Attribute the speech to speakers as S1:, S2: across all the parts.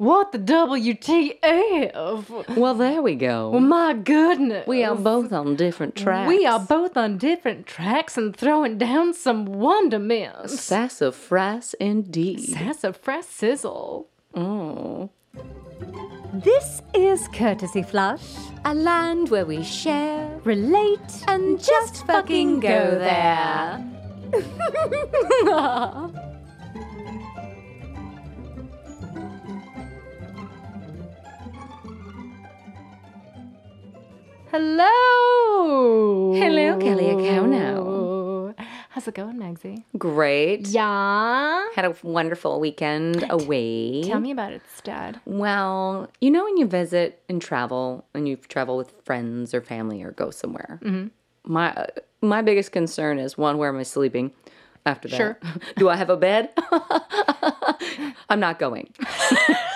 S1: What the WTF?
S2: Well, there we go.
S1: Well, my goodness.
S2: we are both on different tracks.
S1: We are both on different tracks and throwing down some wonderments.
S2: sassafras indeed.
S1: Sassafras sizzle.
S2: Oh.
S3: This is Courtesy Flush.
S2: A land where we share
S3: Relate
S2: and just fucking go there.
S1: Hello.
S2: Hello, Kelly Acono.
S1: Oh. How's it going, Magsy?
S2: Great.
S1: Yeah.
S2: Had a wonderful weekend away.
S1: Tell me about it, Dad.
S2: Well, you know when you visit and travel, and you travel with friends or family or go somewhere.
S1: Mm-hmm.
S2: My uh, my biggest concern is one: where am I sleeping? After that,
S1: Sure.
S2: do I have a bed? I'm not going.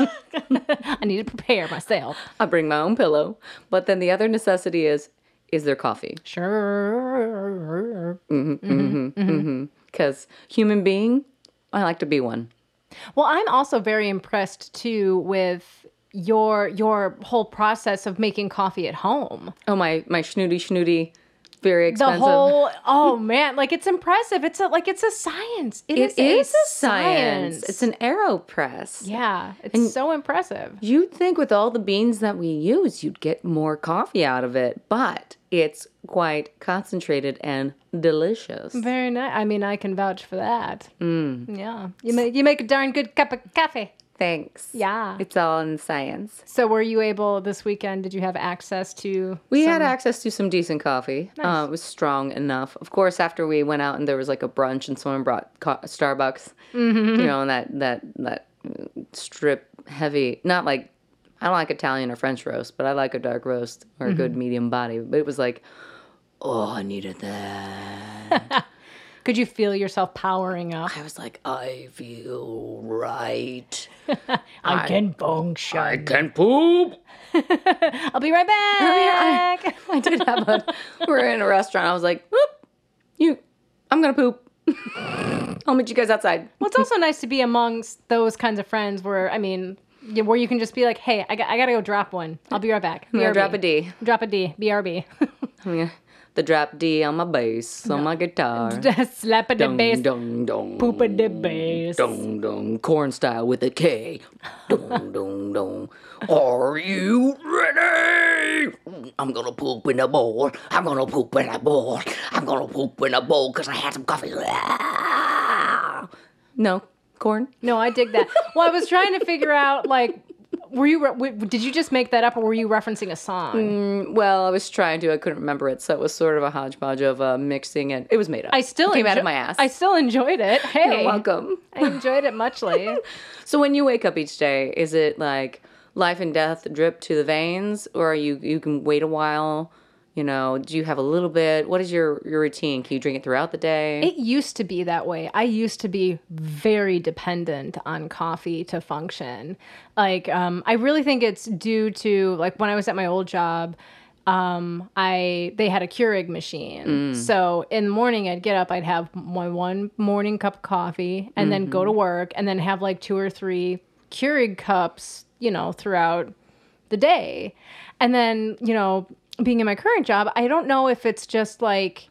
S1: I need to prepare myself.
S2: I bring my own pillow. But then the other necessity is: is there coffee?
S1: Sure.
S2: Because human being, I like to be one.
S1: Well, I'm also very impressed too with your your whole process of making coffee at home.
S2: Oh my my snooty snooty, very
S1: The
S2: expensive.
S1: whole oh man, like it's impressive. It's a like it's a science.
S2: it is a science.
S1: science.
S2: It's an aeropress.
S1: yeah, it's so impressive.
S2: You'd think with all the beans that we use, you'd get more coffee out of it, but it's quite concentrated and delicious.
S1: Very nice. I mean, I can vouch for that.
S2: Mm.
S1: Yeah, you make you make a darn good cup of coffee.
S2: Thanks.
S1: Yeah.
S2: It's all in science.
S1: So, were you able this weekend? Did you have access to?
S2: We had access to some decent coffee. Uh, it was strong enough. Of course, after we went out and there was like a brunch and someone brought co- Starbucks, you know, and that, that, that uh, strip heavy, not like, I don't like Italian or French roast, but I like a dark roast or a good medium body. But it was like, oh, I needed that.
S1: Could you feel yourself powering up?
S2: I was like, I feel right.
S1: I can function.
S2: I can poop.
S1: I'll be right back.
S2: Oh, I did have a. we were in a restaurant. I was like, whoop, you, I'm gonna poop. I'll meet you guys outside.
S1: Well, it's also nice to be amongst those kinds of friends where, I mean, y- where you can just be like, hey, I, got, I gotta go drop one. I'll be right back.
S2: I'm gonna
S1: BRB.
S2: drop a D.
S1: Drop a D. BRB.
S2: I'm gonna the drop D on my bass on my guitar.
S1: Slap a
S2: Dong,
S1: bass.
S2: dong, dong.
S1: Poop a da bass.
S2: Dong dong. Corn style with a K. Dong dong dong. Are you ready?
S4: Mm, I'm gonna poop in a bowl. I'm gonna poop in a bowl. I'm gonna poop in a bowl because I had some coffee.
S2: No, corn.
S1: No, I dig that. Well, I was trying to figure out, like, were you, re- w- did you just make that up or were you referencing a song?
S2: Mm. Well, I was trying to. I couldn't remember it, so it was sort of a hodgepodge of uh, mixing it. It was made up.
S1: I still
S2: it came out
S1: enjo-
S2: of my ass.
S1: I still enjoyed it. Hey,
S2: You're welcome.
S1: I enjoyed it muchly.
S2: So when you wake up each day, is it like life and death drip to the veins, or you you can wait a while? You know, do you have a little bit? What is your your routine? Can you drink it throughout the day?
S1: It used to be that way. I used to be very dependent on coffee to function. Like, um, I really think it's due to like when I was at my old job. Um, I they had a Keurig machine, so in the morning I'd get up, I'd have my one morning cup of coffee, and then go to work, and then have like two or three Keurig cups, you know, throughout the day. And then, you know, being in my current job, I don't know if it's just like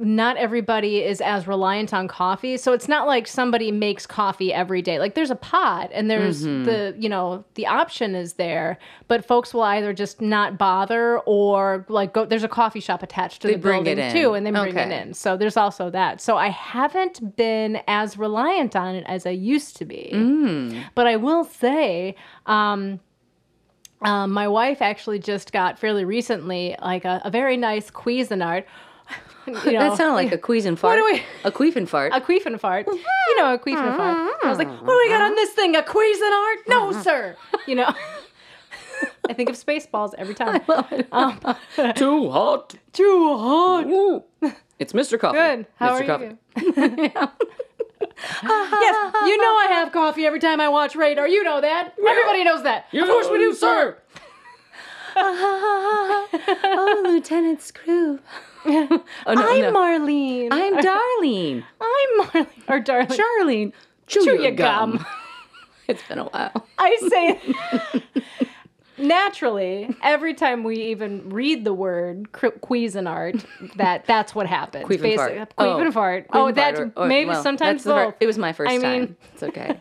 S1: not everybody is as reliant on coffee. So it's not like somebody makes coffee every day. Like there's a pot and there's
S2: Mm-hmm.
S1: the, you know, the option is there, but folks will either just not bother or like go there's a coffee shop attached to the
S2: bring
S1: building
S2: it in.
S1: too and they bring
S2: Okay.
S1: it in. So there's also that. So I haven't been as reliant on it as I used to be.
S2: Mm.
S1: But I will say, um, um, my wife actually just got fairly recently like a, a very nice Cuisinart. you know,
S2: that sounded like a queefin fart.
S1: do we-
S2: A queefin fart.
S1: a Cuisinart. You know, a Cuisinart. I was like,
S2: Mm-hmm.
S1: what do we got on this thing? A Cuisinart? No, sir. You know. I think of Spaceballs every time.
S2: Ah, Too hot.
S1: Too hot.
S2: Ooh. It's Mr. Coffee.
S1: Good. How
S2: Mr.
S1: are
S2: Coffee.
S1: you? yes, you know I have coffee every time I watch Radar. You know that. Everybody knows that.
S2: Of course we do, sir. oh, Lieutenant Scroob. oh, no,
S1: I'm
S2: no.
S1: Marlene.
S2: I'm Darlene.
S1: I'm Marlene. Or darling.
S2: Darlene, chew,
S1: Chew
S2: your,
S1: your
S2: gum.
S1: gum.
S2: It's been a while.
S1: I say naturally every time we even read the word cr- Cuisinart, that that's what happens.
S2: Queef and fart.
S1: Basic- Queef and fart. Oh,
S2: queef and
S1: that's
S2: fart or- or-
S1: maybe
S2: well,
S1: sometimes
S2: that's the fir-
S1: both.
S2: it was my first
S1: I
S2: time.
S1: mean-
S2: it's okay.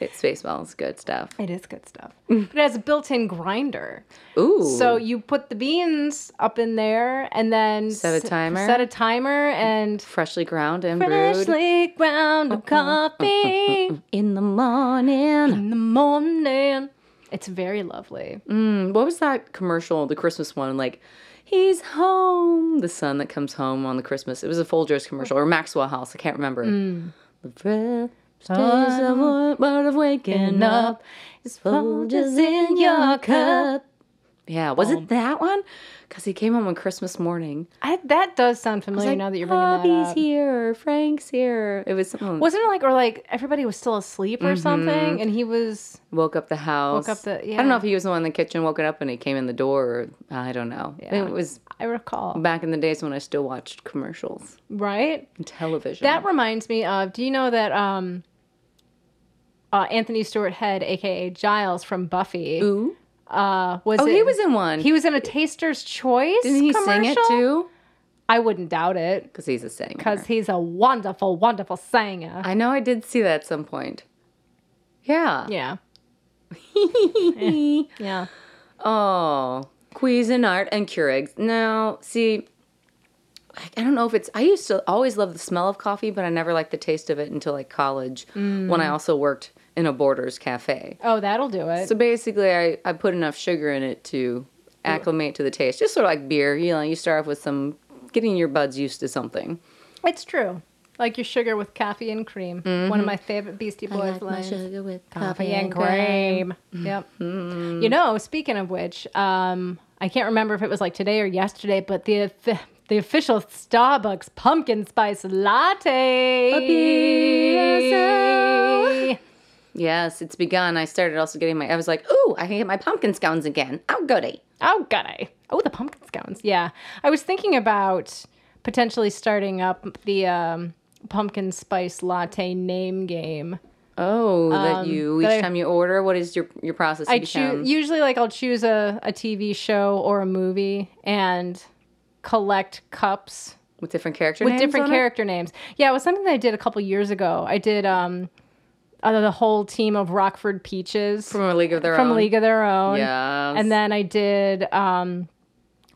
S2: It's Spaceballs, good stuff.
S1: It is good stuff. But it has a built-in grinder.
S2: Ooh,
S1: So you put the beans up in there and then
S2: Set a
S1: s-
S2: timer?
S1: Set a timer and
S2: freshly ground and brewed
S1: freshly ground of coffee
S2: in the morning.
S1: in the morning. It's very lovely.
S2: Mm, What was that commercial? The Christmas one, like. He's home, the son that comes home on the Christmas. It was a Folgers commercial or Maxwell House. I can't remember. The first days of wa- word of waking up is Folgers in your cup. Yeah, was it that one? Because he came home on Christmas morning.
S1: I, that does sound familiar
S2: like,
S1: now that you're bringing
S2: Bobby's
S1: that up.
S2: here, Frank's here. It was something.
S1: Wasn't it like or like everybody was still asleep or
S2: Mm-hmm.
S1: something, and he was
S2: woke up the house.
S1: up the-
S2: I don't
S1: yeah.
S2: know if he was the one in the kitchen, woke it up, and he came in the door. Or, I don't know. It was
S1: I recall
S2: back in the days when I still watched commercials
S1: right.
S2: and television.
S1: That reminds me of. Do you know that um, uh, Anthony Stewart Head, aka Giles from Buffy,
S2: Ooh.
S1: uh, was
S2: Oh, he was in one.
S1: he was in a Taster's Choice.
S2: Didn't he
S1: commercial?
S2: sing it too?
S1: I wouldn't doubt it
S2: Because he's a singer.
S1: because he's a wonderful, wonderful singer.
S2: I know I did see that at some point. Yeah.
S1: yeah, yeah.
S2: Oh, Cuisinart and Keurigs. Now, see, I, I don't know if it's. I used to always love the smell of coffee, but I never liked the taste of it until like college,
S1: Mm.
S2: when I also worked in a Borders cafe.
S1: Oh, that'll do it.
S2: So basically, I, I put enough sugar in it to acclimate to the taste, just sort of like beer. You know, you start off with some getting your buds used to something.
S1: it's true. Like your sugar with coffee and cream.
S2: Mm-hmm.
S1: One of my favorite Beastie Boys lines.
S2: with
S1: coffee and cream. Mm-hmm. Yep. You know, speaking of which, um, I can't remember if it was like today or yesterday, but the the official Starbucks pumpkin spice latte.
S2: Yes, it's begun. I started also getting my. I was like, ooh, I can get my pumpkin scones again. Oh, goody.
S1: Oh, got I. Oh, the pumpkin scones. Yeah, I was thinking about potentially starting up the um, pumpkin spice latte name game.
S2: Oh, that you each
S1: um, that I-
S2: time you order, what is your your process?
S1: I
S2: to become?
S1: choose usually like I'll choose a, a TV show or a movie and collect cups
S2: with different character
S1: with
S2: names
S1: different
S2: on it?
S1: character names. Yeah, it was something that I did a couple years ago. I did um uh, the whole team of Rockford Peaches
S2: from a league of their
S1: from
S2: own.
S1: League of Their Own.
S2: Yes.
S1: And then I did um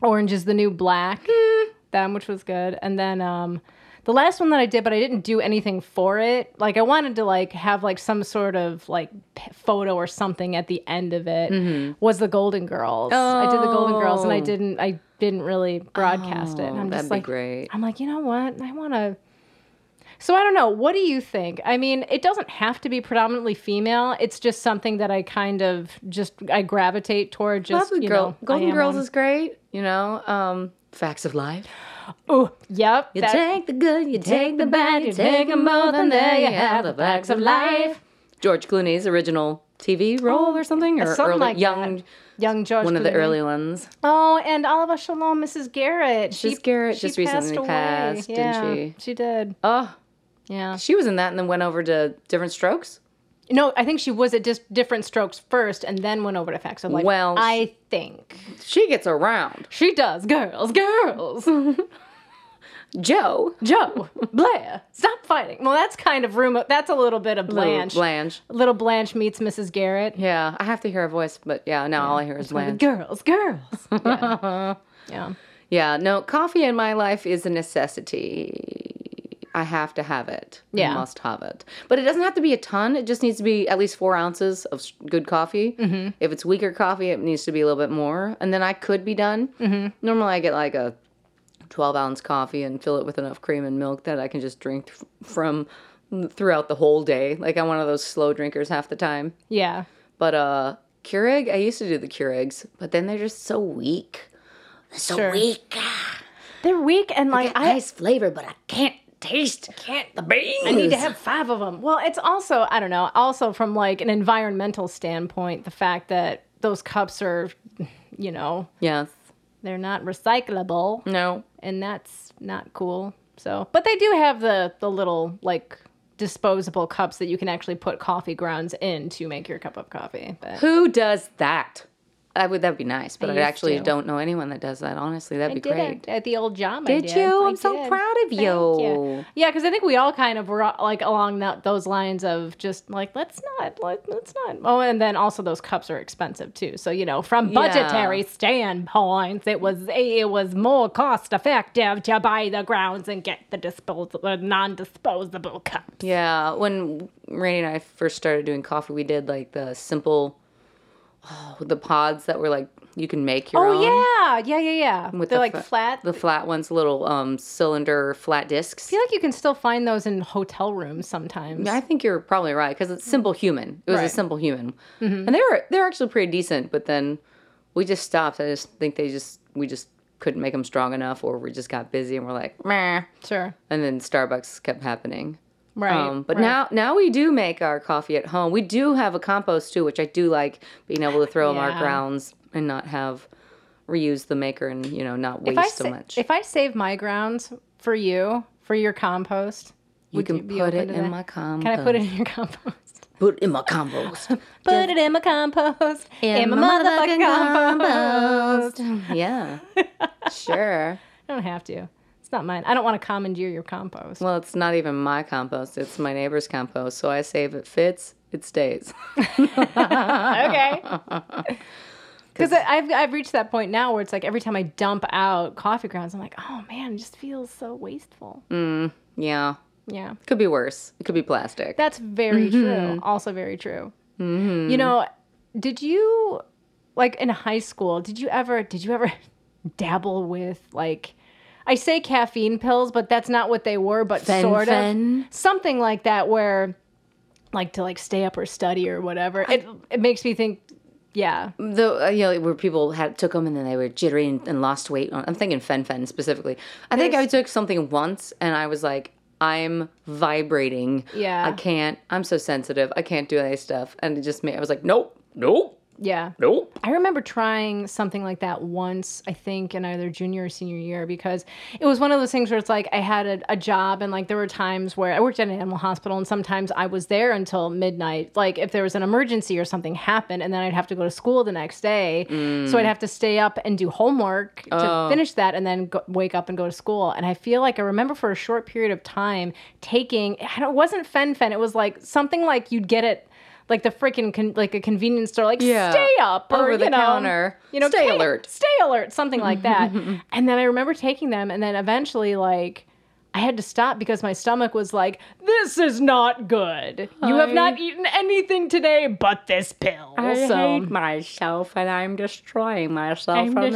S1: Orange is the New Black.
S2: Hmm.
S1: Them, which was good. And then um the last one that I did, but I didn't do anything for it. Like I wanted to like have like some sort of like p- photo or something at the end of it. Was the Golden Girls? I did the Golden Girls, and I
S2: Mm-hmm. Oh.
S1: didn't. I didn't really broadcast it. And I'm
S2: that'd
S1: just
S2: be
S1: like,
S2: great.
S1: I'm like, you know what? I want to. So I don't know. What do you think? I mean, it doesn't have to be predominantly female. It's just something that I kind of just I gravitate toward.
S2: Love
S1: Just
S2: the
S1: you
S2: girl-
S1: know, I
S2: Golden
S1: am
S2: Girls
S1: one.
S2: is great. You know, um, facts of life.
S1: Ooh, yep.
S2: You
S1: that-
S2: take the good, you take the bad, you take them both, and there you have the facts of life. George Clooney's original TV role or something, or
S1: something
S2: early,
S1: like
S2: young,
S1: that. young George.
S2: one of the
S1: Clooney.
S2: early ones.
S1: Oh, and Oliva Shalom, Mrs. Garrett.
S2: Mrs. Garrett just recently passed, didn't
S1: yeah,
S2: she?
S1: She did.
S2: Oh,
S1: Yeah.
S2: she was in that, and then went over to Different Strokes.
S1: No, I think she was at just different strokes first, and then went over to Facts of Life.
S2: Well,
S1: I think
S2: She gets around.
S1: she does. Girls, girls.
S2: Joe
S1: Joe, Blair, stop fighting. Well, that's kind of room. That's a little bit of Blanche. Little,
S2: Blanche.
S1: Blanche meets Mrs. Garrett.
S2: Yeah, I have to hear her voice, but yeah, now all I hear is Blanche.
S1: Girls, girls. Yeah. yeah.
S2: Yeah, no, coffee in my life is a necessity. I have to have it.
S1: Yeah.
S2: I must have it. But it doesn't have to be a ton. It just needs to be at least four ounces of s- good coffee. Mm-hmm. If it's weaker coffee, it needs to be a little bit more. And then I could be done. Mm-hmm. Normally, I get like a 12 ounce coffee and fill it with enough cream and milk that I can just drink f- from throughout the whole day. Like, I'm one of those slow drinkers half the time.
S1: Yeah.
S2: But uh Keurig, I used to do the Keurigs, but then they're just so weak.
S4: It's so
S1: Sure.
S4: weak. ah.
S1: They're weak and like
S4: Got nice flavor, but I can't taste can't the beans.
S1: I need to have five of them. Well, it's also I don't know. Also from like an environmental standpoint, the fact that those cups are, you know,
S2: Yes.
S1: they're not recyclable,
S2: No.
S1: and that's not cool. So, but they do have the the little like disposable cups that you can actually put coffee grounds in to make your cup of coffee. But
S2: Who does that? I would that'd be nice, but
S1: I
S2: I,
S1: used
S2: actually
S1: to.
S2: don't know anyone that does that. Honestly, that'd
S1: I
S2: be
S1: did
S2: great.
S1: at, at the old job. I
S2: Did you?
S1: I
S2: I'm so
S1: did.
S2: proud of
S1: Thank
S2: you.
S1: Yeah, because I think we all kind of were like along that, those lines of just like let's not, let, let's not. Oh, and then also those cups are expensive too. So you know, from budgetary standpoints, it was it was more cost effective to buy the grounds and get the disposable, non-disposable cups.
S2: Yeah, when Rainy and I first started doing coffee, we did like the simple, oh, the pods that were like you can make your own.
S1: Oh yeah, yeah, yeah, yeah.
S2: with
S1: They're
S2: the
S1: like
S2: fla-
S1: flat.
S2: The flat ones, little um cylinder flat discs.
S1: I feel like you can still find those in hotel rooms sometimes.
S2: I think you're probably right because it's simple human. It was a
S1: Right. Mm-hmm.
S2: simple human, and they were they're actually pretty decent. But then we just stopped. I just think they just we just couldn't make them strong enough, or we just got busy and we're like meh.
S1: Sure.
S2: And then Starbucks kept happening.
S1: Right.
S2: Um, but
S1: right.
S2: now, now we do make our coffee at home. We do have a compost too, which I do like being able to throw in our
S1: Yeah.
S2: grounds and not have reuse the maker and you know not waste
S1: if I
S2: so
S1: sa-
S2: much.
S1: If I save my grounds for you for your compost,
S2: you
S1: would
S2: can
S1: be
S2: put
S1: open
S2: it
S1: to
S2: in
S1: that?
S2: my compost.
S1: Can I put it in your compost?
S4: Put in my compost.
S1: Put it in my compost. In, my motherfucking compost.
S2: yeah, sure.
S1: I don't have to. It's not mine. I don't want to commandeer your compost.
S2: Well, it's not even my compost; it's my neighbor's compost. So I say if it fits, it stays.
S1: okay. Because I've I've reached that point now where it's like every time I dump out coffee grounds, I'm like, oh man, it just feels so wasteful.
S2: yeah,
S1: Yeah.
S2: could be worse. It could be plastic.
S1: That's very
S2: Mm-hmm.
S1: true. Also very true. You know, did you like in high school? Did you ever? Did you ever dabble with like? I say caffeine pills, but that's not what they were. But
S2: Fen-
S1: sort
S2: fen?
S1: of something like that, where like to like stay up or study or whatever. It it makes me think. Yeah,
S2: the uh, you know where people had took them and then they were jittery and, and lost weight. On, I'm thinking fen fen specifically. I think I took something once and I was like, I'm vibrating.
S1: Yeah.
S2: I can't. I'm so sensitive. I can't do any stuff. And it just made. I was like, nope, nope,
S1: yeah.
S2: nope.
S1: I remember trying something like that once, I think, in either junior or senior year, because it was one of those things where it's like I had a, a job, and like there were times where I worked at an animal hospital, and sometimes I was there until midnight. Like if there was an emergency or something happened, and then I'd have to go to school the next day. So I'd have to stay up and do homework to finish that, and then go, wake up and go to school. And I feel like I remember for a short period of time taking, I don't, it wasn't fen fen, it was like something like you'd get it. Like the freaking con- like a convenience store, like
S2: Yeah.
S1: stay up or,
S2: Over the
S1: you know,
S2: counter.
S1: You know,
S2: Stay
S1: ca-
S2: alert.
S1: stay alert, something like that. and then I remember taking them, and then eventually, like, I had to stop because my stomach was like, "This is not good. You have not eaten anything today, but this pill." so
S2: myself and I'm destroying myself from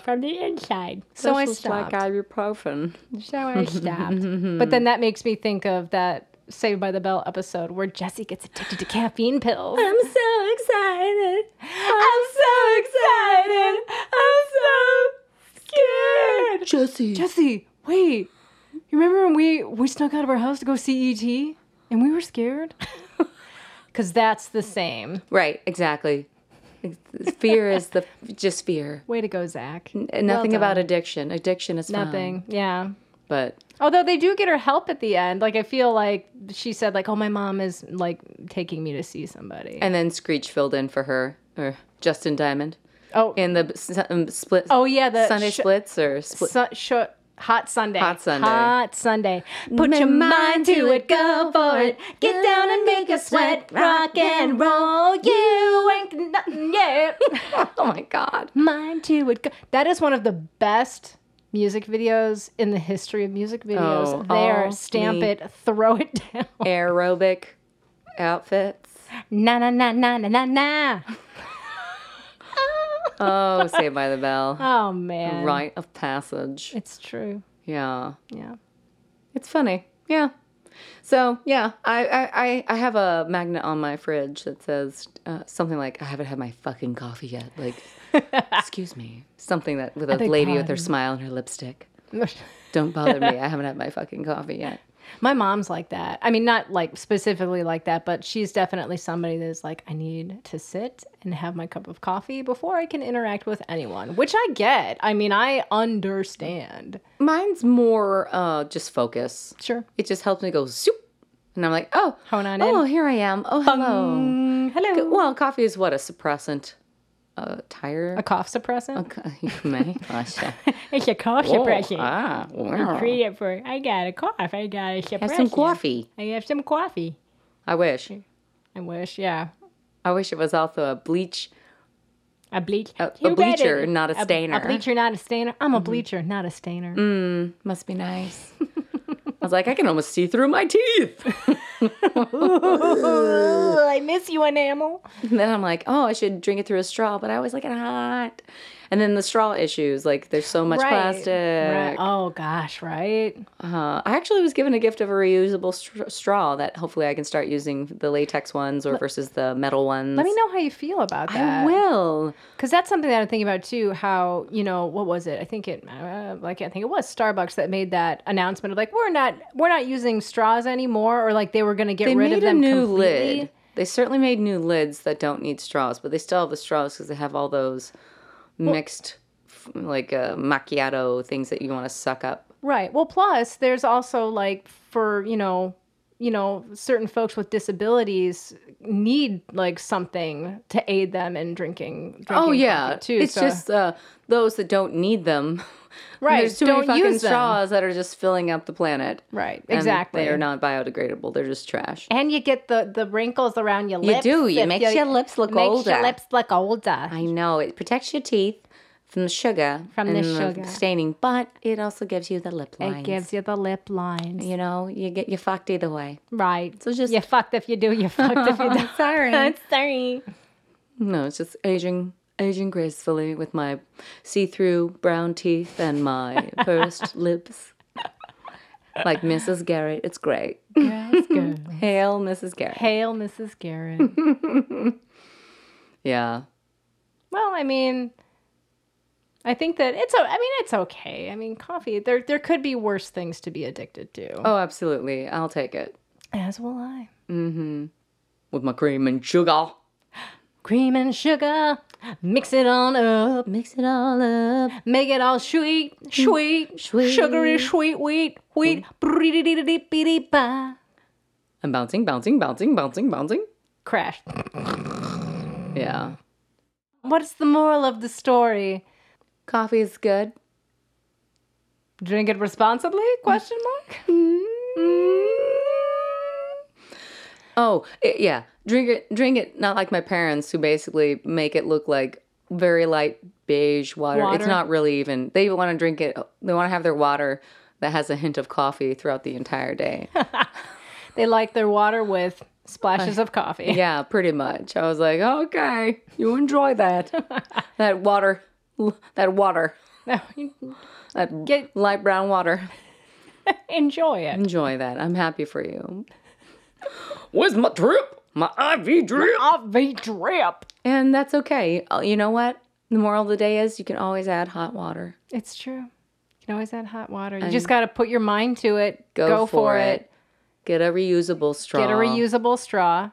S1: from the inside. So I stopped.
S2: ibuprofen.
S1: so I stopped. but then that makes me think of that. Saved by the Bell episode where Jesse gets addicted to caffeine pills.
S2: I'm so excited.
S1: I'm so excited. I'm so scared.
S4: Jesse.
S1: Jesse, wait. You remember when we we snuck out of our house to go see ET and we were scared? Cuz that's the same.
S2: Right, exactly. fear is the just fear.
S1: Way to go, Zach.
S2: And nothing
S1: Well
S2: about
S1: done.
S2: addiction. Addiction is fine.
S1: Nothing. um, Yeah.
S2: But
S1: Although they do get her help at the end. Like I feel like she said like, "Oh, my mom is like taking me to see somebody."
S2: and then Screech filled in for her or Justin Diamond
S1: oh,
S2: in the s- um, split.
S1: oh yeah, the
S2: Sunday
S1: sh-
S2: splits or split.
S1: Su- shu- hot Sunday.
S2: Hot Sunday.
S1: Hot Sunday. Put your mind to it, go for it. Get down and make a sweat, rock and roll. You ain't nothing yet.
S2: oh my God!
S1: mind to it. Go- that is one of the best music videos in the history of music videos.
S2: Oh,
S1: there,
S2: all
S1: stamp
S2: me.
S1: it, throw it down.
S2: Aerobic outfits.
S1: Na na na na na na na.
S2: Oh, Saved by the Bell.
S1: Oh man,
S2: Rite of passage.
S1: it's true.
S2: Yeah.
S1: Yeah.
S2: It's funny. Yeah. So yeah, I I, I, I have a magnet on my fridge that says uh, something like I haven't had my fucking coffee yet. Like, excuse me, something that with a
S1: beg
S2: lady with her smile and her lipstick. Don't bother me. I haven't had my fucking coffee yet.
S1: My mom's like that. I mean, not like specifically like that, but she's definitely somebody that is like, I need to sit and have my cup of coffee before I can interact with anyone, which I get. I mean, I understand.
S2: Mine's more uh, just focus.
S1: Sure.
S2: It just helps me go zoop. And I'm like, oh,
S1: Hone on in.
S2: oh, here I am. Oh, hello.
S1: Mm, hello.
S2: Well, coffee is what? A suppressant? A tire?
S1: A cough suppressant?
S2: you may. Gosh, yeah.
S1: It's a cough
S2: Oh, ah, wow.
S1: it for, I got a cough. I got a suppressant.
S2: Have some coffee.
S1: I have some coffee.
S2: I wish.
S1: I wish, yeah.
S2: I wish it was also a bleach.
S1: A bleach.
S2: a
S1: You bet
S2: bleacher,
S1: it.
S2: not a
S1: b-
S2: stainer. Mm-hmm. Mm.
S1: A bleacher, not a stainer. I'm a bleacher, not a stainer.
S2: Must be nice. I was like, I can almost see through my teeth.
S1: Ugh, I miss you, enamel.
S2: And then I'm like, oh, I should drink it through a straw, but I always like it hot. And then the straw issues, like there's so much plastic.
S1: Right. Oh gosh, right.
S2: Uh, I actually was given a gift of a reusable str- straw that hopefully I can start using the latex ones or versus the metal ones.
S1: Let me know how you feel about
S2: I
S1: that.
S2: will.
S1: Because that's something that I'm thinking about too. How you know what was it? I think it uh, like I think it was Starbucks that made that announcement of like we're not we're not using straws anymore, or like they were going to get
S2: They
S1: rid
S2: made
S1: of
S2: a
S1: them
S2: new
S1: completely.
S2: lid. They certainly made new lids that don't need straws, but they still have the straws because they have all those mixed, f like uh, macchiato things that you want to suck up.
S1: Right. Well, plus there's also like for, you know, you know, certain folks with disabilities need like something to aid them in drinking. drinking
S2: Oh yeah,
S1: coffee, too.
S2: it's
S1: so-
S2: just uh, those that don't need them.
S1: Right,
S2: There's too
S1: don't
S2: many fucking
S1: use them.
S2: straws that are just filling up the planet.
S1: right.
S2: And
S1: Exactly.
S2: they are not biodegradable. They're just trash.
S1: And you get the the wrinkles around your lips.
S2: do. You
S1: if
S2: makes your lips look
S1: it makes
S2: older.
S1: your lips look older.
S2: I know it protects your teeth from the sugar
S1: From the
S2: and
S1: sugar.
S2: staining, but it also gives you the lip lines.
S1: it gives you the lip lines.
S2: you know you get you fucked either way.
S1: Right. So
S2: just-
S1: you fucked if you do, you fucked if you don't.
S2: Sorry.
S1: Sorry.
S2: No, it's just aging, aging gracefully with my see-through brown teeth and my pursed lips, like Mrs. Garrett. It's great. Hail, Mrs. Garrett.
S1: Hail Mrs. Garrett.
S2: Yeah.
S1: Well, I mean, I think that it's. o- I mean, it's okay. I mean, coffee. There, there could be worse things to be addicted to.
S2: Oh, absolutely. I'll take it
S1: As will I.
S2: with my cream and sugar.
S1: Cream and sugar, mix it on up,
S2: Mix it all up.
S1: make it all sweet, sweet,
S2: Sweet.
S1: sugary, sweet, wheat, wheat. Bree-dee-dee-dee-dee-dee-ba.
S2: I'm bouncing, bouncing, bouncing, bouncing, bouncing.
S1: Crash.
S2: Yeah.
S1: What's the moral of the story?
S2: Coffee is good.
S1: Drink it responsibly? Question mark.
S2: Oh, i yeah. Drink it, drink it. Not like my parents who basically make it look like very light beige water.
S1: Water.
S2: It's not really even. They want to drink it. They want to have their water that has a hint of coffee throughout the entire day.
S1: They like their water with splashes of coffee.
S2: yeah, pretty much. I was like, okay, you enjoy that. that water, that water, that
S1: Get-
S2: light brown water.
S1: Enjoy it.
S2: Enjoy that. I'm happy for you. Where's my drip? My IV drip.
S1: Coffee drip.
S2: And that's okay. Uh, You know what? The moral of the day is you can always add hot water.
S1: It's true. You can always add hot water. You just got to put your mind to it.
S2: Go, for, it. Get a reusable straw.
S1: Get a reusable straw.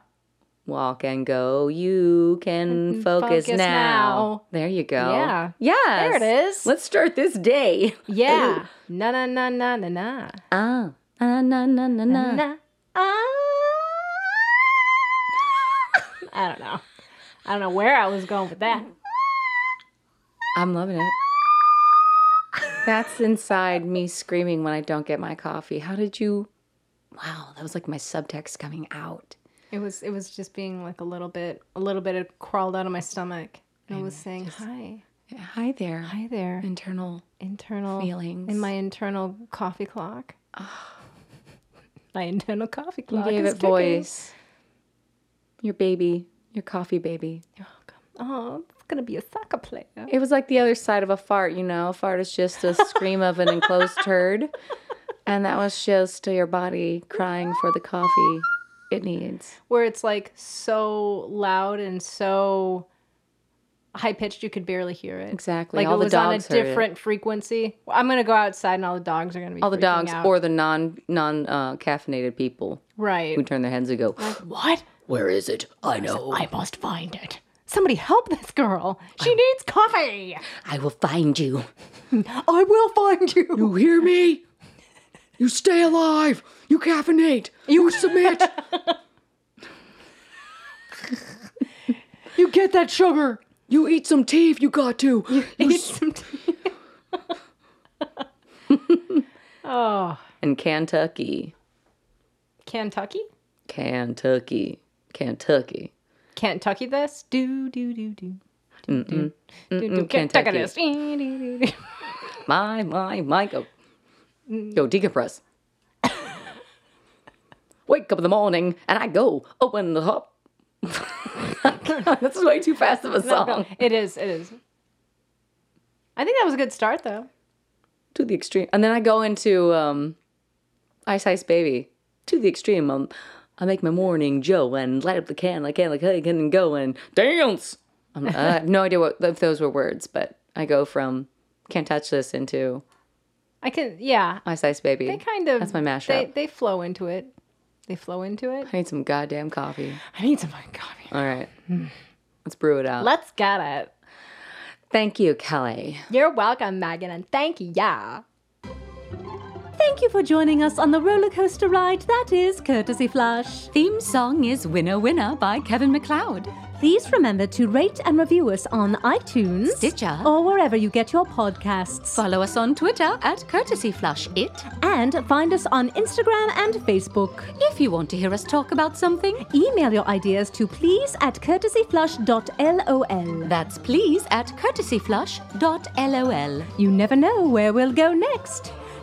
S2: Walk and go. You can Mm-hmm. focus,
S1: focus now.
S2: now. There you go.
S1: Yeah.
S2: Yes.
S1: it is.
S2: Let's start this day.
S1: Yeah. Na na na na na na.
S2: Ah. Ah, na, na, na, na.
S1: Na. Ah. I don't know. I don't know where I was going with that.
S2: I'm loving it. That's inside me screaming when I don't get my coffee. How did you? Wow, that was like my subtext coming out.
S1: It was it was just being like a little bit a little bit it crawled out of my stomach. And I was saying, "Hi.
S2: Hi there.
S1: Hi there.
S2: Internal.
S1: internal
S2: feelings.
S1: in my internal coffee clock." my internal coffee clock
S2: Ah. You gave
S1: is
S2: it
S1: ticking.
S2: voice. Your baby, your coffee baby.
S1: Oh, it's gonna be a soccer player.
S2: It was like the other side of a fart, you know. A fart is just a scream of an enclosed turd. And that was just your body crying for the coffee it needs.
S1: Where it's like so loud and so high pitched you could barely hear it.
S2: Exactly.
S1: Like
S2: All
S1: it
S2: the
S1: was
S2: dogs
S1: on a
S2: heard it.
S1: different frequency. Well, I'm gonna go outside and all the dogs are gonna be
S2: all the
S1: freaking
S2: dogs
S1: out.
S2: or the non non uh, caffeinated people
S1: right.
S2: who turn their heads and go.
S1: What?
S4: Where is it? I know.
S1: I must find it. Somebody help this girl. She needs coffee.
S4: I will find you.
S1: I will find you.
S4: You hear me? You stay alive. You caffeinate. You submit.
S1: You get that sugar.
S4: you eat some tea if you got to.
S1: Oh,
S2: And Kentucky,
S1: Kentucky?
S2: Kentucky, Kentucky.
S1: Kentucky this? Do do do do. Do, do. Do, do.
S2: Kentucky.
S1: Kentucky this. Do, do, do, do.
S2: My my my go go decompress. Wake up in the morning and I go open the hop. That's way too fast of a
S1: Oh.
S2: song.
S1: It is, it is. I think that was a good start though.
S2: to the extreme. And then I go into um, Ice Ice Baby to the extreme. Um, I make my morning Joe and light up the can like can like hey can go and dance. I'm, I have no idea what if those were words, but I go from can't touch this into
S1: I can yeah.
S2: Ice Ice Baby.
S1: They kind of
S2: that's my mashup.
S1: They they flow into it. They flow into it.
S2: I need some goddamn coffee.
S1: I need some fucking coffee.
S2: All right, let's brew it out.
S1: Let's get it.
S2: Thank you, Kelly.
S1: You're welcome, Megan, and thank you. Yeah.
S3: Thank you for joining us on the roller coaster ride that is Courtesy Flush.
S5: Theme song is Winner Winner by Kevin McLeod.
S3: Please remember to rate and review us on iTunes,
S5: Stitcher.
S3: or wherever you get your podcasts.
S5: Follow us on Twitter at Courtesy Flush It.
S3: And find us on Instagram and Facebook.
S5: If you want to hear us talk about something,
S3: Email your ideas to please at courtesyflush.lol.
S5: that's please at courtesyflush.lol.
S3: You never know where we'll go next.